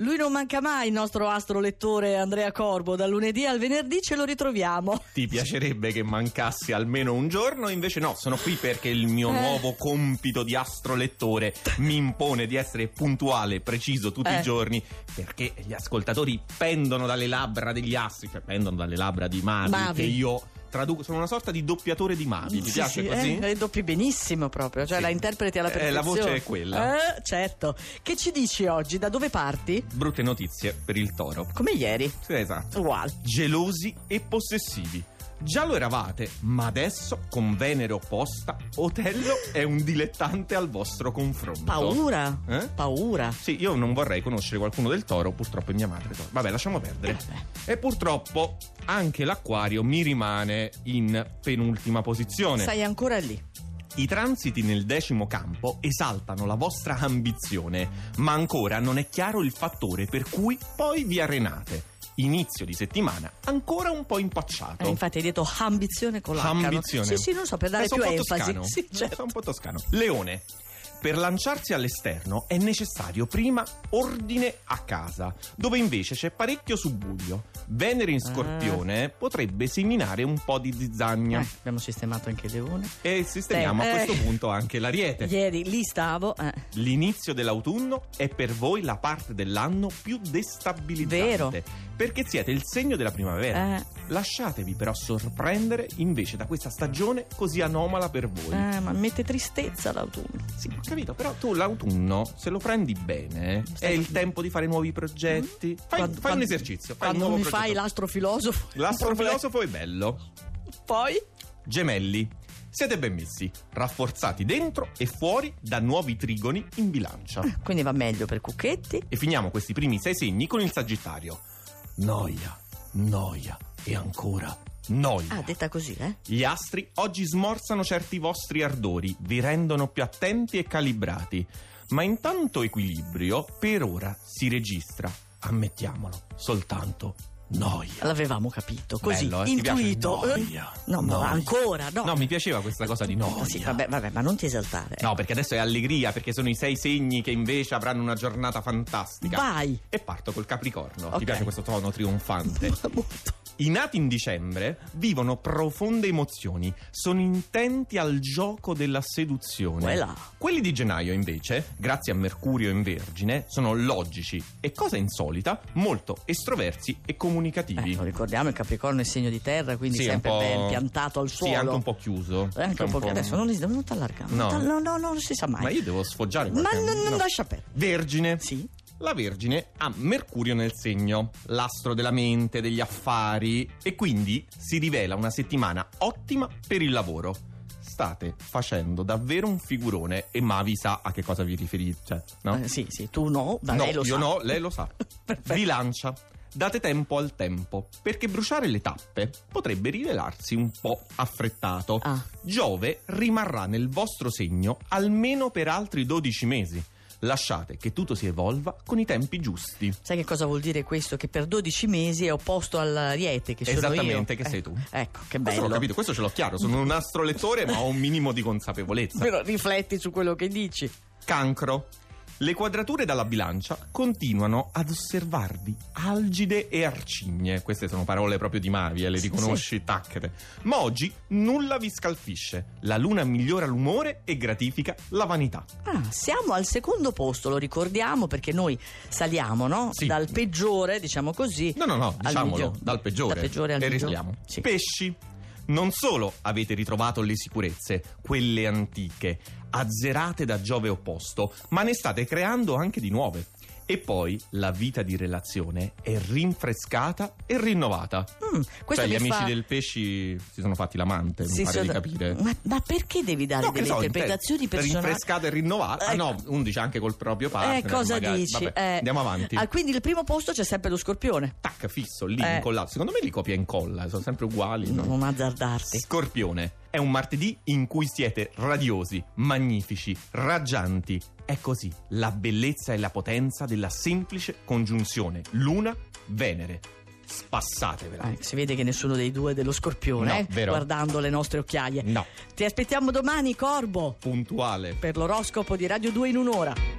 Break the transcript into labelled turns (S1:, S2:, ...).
S1: lui non manca mai il nostro astro lettore Andrea Corbo, dal lunedì al venerdì ce lo ritroviamo.
S2: Ti piacerebbe che mancassi almeno un giorno? Invece no, sono qui perché il mio
S1: Eh.
S2: nuovo compito di astrolettore mi impone di essere puntuale, preciso tutti
S1: Eh.
S2: i giorni, perché gli ascoltatori pendono dalle labbra degli astri, cioè pendono dalle labbra di Mavi,
S1: Mavi.
S2: che io traduco, sono una sorta di doppiatore di Mavi, Ah, ti
S1: Sì,
S2: piace
S1: sì,
S2: così?
S1: eh, doppi benissimo proprio, cioè
S2: Sì.
S1: la interpreti alla
S2: Eh,
S1: perfezione.
S2: la voce è quella.
S1: Eh, certo. Che ci dici oggi? Da dove parti?
S2: Brutte notizie per il toro.
S1: Come ieri.
S2: Sì, esatto.
S1: Uguale.
S2: gelosi e possessivi. Già lo eravate, ma adesso con Venere opposta, Otello è un dilettante al vostro confronto.
S1: Paura.
S2: Eh?
S1: Paura.
S2: Sì, io non vorrei conoscere qualcuno del toro, purtroppo è mia madre. Toro. Vabbè, lasciamo
S1: Eh,
S2: perdere. E purtroppo anche l'acquario mi rimane in penultima posizione.
S1: Stai ancora lì.
S2: I transiti nel decimo campo esaltano la vostra ambizione, ma ancora non è chiaro il fattore per cui poi vi arenate. Inizio di settimana ancora un po' impacciato.
S1: Eh, infatti hai detto ambizione con l'H. no?
S2: Oh. Ambizione.
S1: Sì, sì, non so, per dare
S2: Eh, sono
S1: più
S2: un po'
S1: enfasi.
S2: toscano.
S1: Sì,
S2: Eh,
S1: certo.
S2: sono un po' toscano. Leone. Per lanciarsi all'esterno è necessario prima ordine a casa, dove invece c'è parecchio subbuglio. Venere in
S1: Ah.
S2: scorpione potrebbe seminare un po' di zizzagna.
S1: Eh, abbiamo sistemato anche Leone.
S2: E sistemiamo
S1: Eh.
S2: a questo punto anche l'ariete.
S1: Ieri lì stavo. eh.
S2: L'inizio dell'autunno è per voi la parte dell'anno più destabilizzante.
S1: Vero.
S2: Perché siete il segno della primavera.
S1: Eh.
S2: Lasciatevi però sorprendere invece da questa stagione così anomala per voi.
S1: Eh, ma mette tristezza l'autunno.
S2: Sì, ho capito, però tu l'autunno, se lo prendi bene, è
S1: Stai- Mm.
S2: il tempo di fare nuovi progetti. Fai,
S1: Quando-
S2: fai un
S1: quando-
S2: esercizio. Fai un
S1: Quando
S2: nuovo
S1: mi
S2: progetto.
S1: fai l'astrofilosofo.
S2: L'astrofilosofo è bello.
S1: Poi.
S2: Gemelli, siete ben messi, rafforzati dentro e fuori da nuovi trigoni in bilancia.
S1: Quindi va meglio per Cucchetti.
S2: E finiamo questi primi sei segni con il Sagittario. Noia, noia e ancora noia.
S1: Ah, detta così, eh?
S2: Gli astri oggi smorzano certi vostri ardori, vi rendono più attenti e calibrati. Ma intanto equilibrio per ora si registra, ammettiamolo, soltanto noia.
S1: L'avevamo capito, così,
S2: Bello, eh? Ti piace?
S1: intuito.
S2: Noia,
S1: no, ma
S2: noia.
S1: ancora, no. Eh
S2: No, mi piaceva questa cosa di noia.
S1: Sì, vabbè, vabbè, ma non ti esaltare. Eh,
S2: No, perché adesso è allegria, perché sono i sei segni che invece avranno una giornata fantastica.
S1: Vai.
S2: E parto col Capricorno.
S1: Ok.
S2: Ti piace questo tono trionfante?
S1: Molto.
S2: I nati in dicembre vivono profonde emozioni, sono intenti al gioco della seduzione.
S1: Quella.
S2: Quelli di gennaio, invece, grazie a Mercurio in Vergine, sono logici e, cosa insolita, molto estroversi e comunicativi.
S1: Eh, lo ricordiamo, il Capricorno è segno di terra, quindi
S2: Sì,
S1: sempre
S2: un po'-
S1: ben piantato al suolo.
S2: Sì, anche un po' chiuso.
S1: Eh, anche
S2: Cioè,
S1: un po'. Adesso non, non ti allargare.
S2: No.
S1: No. no, no, non si sa mai.
S2: Ma io devo sfoggiare
S1: Ma
S2: qualche-
S1: non, non
S2: no.
S1: lascia perdere.
S2: Vergine.
S1: Sì.
S2: La Vergine ha Mercurio nel segno, l'astro della mente, degli affari e quindi si rivela una settimana ottima per il lavoro. State facendo davvero un figurone e Mavi sa a che cosa vi riferite, cioè, no?
S1: Eh, sì, sì, tu no, ma
S2: no,
S1: lei lo
S2: io
S1: sa.
S2: no, lei lo sa.
S1: Perfetto.
S2: Bilancia. Date tempo al tempo, perché bruciare le tappe potrebbe rivelarsi un po' affrettato.
S1: Ah,
S2: Giove rimarrà nel vostro segno almeno per altri 12 mesi. Lasciate che tutto si evolva con i tempi giusti.
S1: sai che cosa vuol dire questo? Che per 12 mesi è opposto all'ariete che sono io.
S2: Esattamente, che
S1: Eh,
S2: sei tu.
S1: Ecco, che
S2: Questo l'ho
S1: bello.
S2: capito, questo ce l'ho chiaro. Sono un astrolettore, ma ho un minimo di consapevolezza.
S1: Però rifletti su quello che dici.
S2: Cancro. Le quadrature dalla bilancia continuano ad osservarvi algide e arcigne. Queste sono parole proprio di Mavi, eh, le
S1: Sì,
S2: riconosci, tacchete. Ma oggi nulla vi scalfisce. La luna migliora l'umore e gratifica la vanità.
S1: Ah, siamo al secondo posto, lo ricordiamo perché noi saliamo no?
S2: Sì.
S1: dal peggiore, diciamo così.
S2: No, no, no,
S1: al
S2: diciamolo,
S1: migliore.
S2: dal peggiore.
S1: Dal peggiore al
S2: e
S1: migliore.
S2: risaliamo.
S1: Sì.
S2: Pesci. Non solo avete ritrovato le sicurezze, quelle antiche, azzerate da Giove opposto, ma ne state creando anche di nuove. E poi la vita di relazione è rinfrescata e rinnovata.
S1: Mm, questo
S2: cioè,
S1: mi
S2: gli amici
S1: fa-
S2: del pesci si sono fatti l'amante,
S1: Sì,
S2: mi pare
S1: sono-
S2: di capire.
S1: Ma, ma perché devi dare
S2: No, che
S1: delle
S2: so,
S1: interpretazioni
S2: inter-
S1: personali? Ecco.
S2: Rinfrescata e rinnovata. Ah, no, 11 anche col proprio
S1: Eh,
S2: partner.
S1: cosa
S2: magari.
S1: dici?
S2: Vabbè,
S1: Eh,
S2: andiamo avanti.
S1: ah, quindi il primo posto c'è sempre lo scorpione.
S2: tac, fisso, lì,
S1: Eh. Mm,
S2: incollato. Secondo me li copia e incolla, sono sempre uguali. no?
S1: Non azzardarti.
S2: Scorpione, è un martedì in cui siete radiosi, magnifici, raggianti. È così, la bellezza e la potenza della semplice congiunzione Luna-Venere. Spassatevela.
S1: Eh, si vede che nessuno dei due è dello scorpione,
S2: No,
S1: eh,
S2: vero.
S1: guardando le nostre occhiaie.
S2: No,
S1: Ti aspettiamo domani, Corbo,
S2: puntuale.
S1: per l'oroscopo di Radio 2 in un'ora.